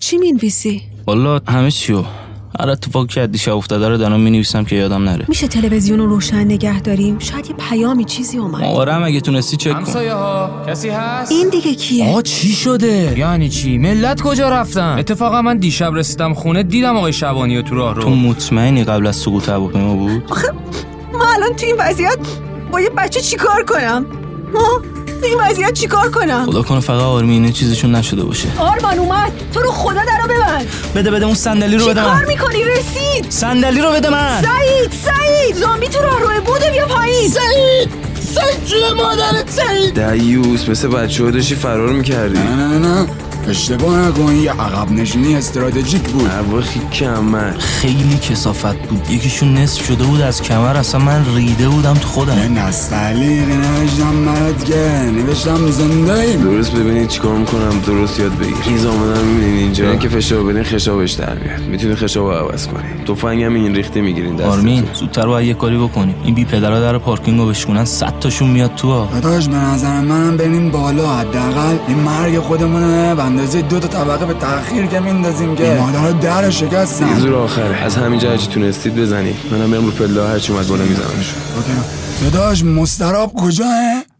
چی مینویسی والا همه چیو هر اتفاقی که از دیشب افتاده رو دارم مینویسم که یادم نره میشه تلویزیون رو روشن نگه داریم شاید یه پیامی چیزی اومد ماهواره آره هم اگه تونستی چک کن همسایه ها کسی هست این دیگه کیه آ چی شده یعنی چی ملت کجا رفتن اتفاقا من دیشب رسیدم خونه دیدم آقای شبانی رو تو راه تو رو مطمئنی قبل از سقوط هواپیما بود ما الان تو این وضعیت با یه بچه چیکار کنم ها تو این وضعیت چیکار کنم خدا کنه فقط آرمینه چیزشون نشده باشه آرمان اومد تو رو خدا درو ببند بده بده اون صندلی رو چی بده کار من میکنی رسید صندلی رو بده من سعید سعید زامبی تو راه روی بوده بیا پایین سعید سعید جون مادرت سعید دیوس مثل بچه ها داشتی فرار میکردی نه نه نه اشتباه نکن این یه عقب نشینی استراتژیک بود عواخی کمر خیلی کسافت بود یکیشون نصف شده بود از کمر اصلا من ریده بودم تو یه خودم نستعلیق نوشتم برات که نوشتم زنده ایم درست ببینید چیکار میکنم درست یاد بگیر این زامن هم میبینین اینجا اینه که فشار بدین خشابش در میاد میتونی خشاب رو عوض کنی تفنگ هم این ریخته میگیرین دست آرمین زودتر باید یه کاری بکنیم این بی پدرا در پارکینگ رو بشکنن صد تاشون میاد تو ها. داداش به نظر منم بریم بالا حداقل این مرگ خودمونه به اندازه دو تا طبقه به تاخیر که میندازیم که این مادر در این شکستم زور آخره از همینجا هرچی تونستید بزنید منم میرم رو پله هرچی اومد بالا میزنمش داداش مستراب کجاه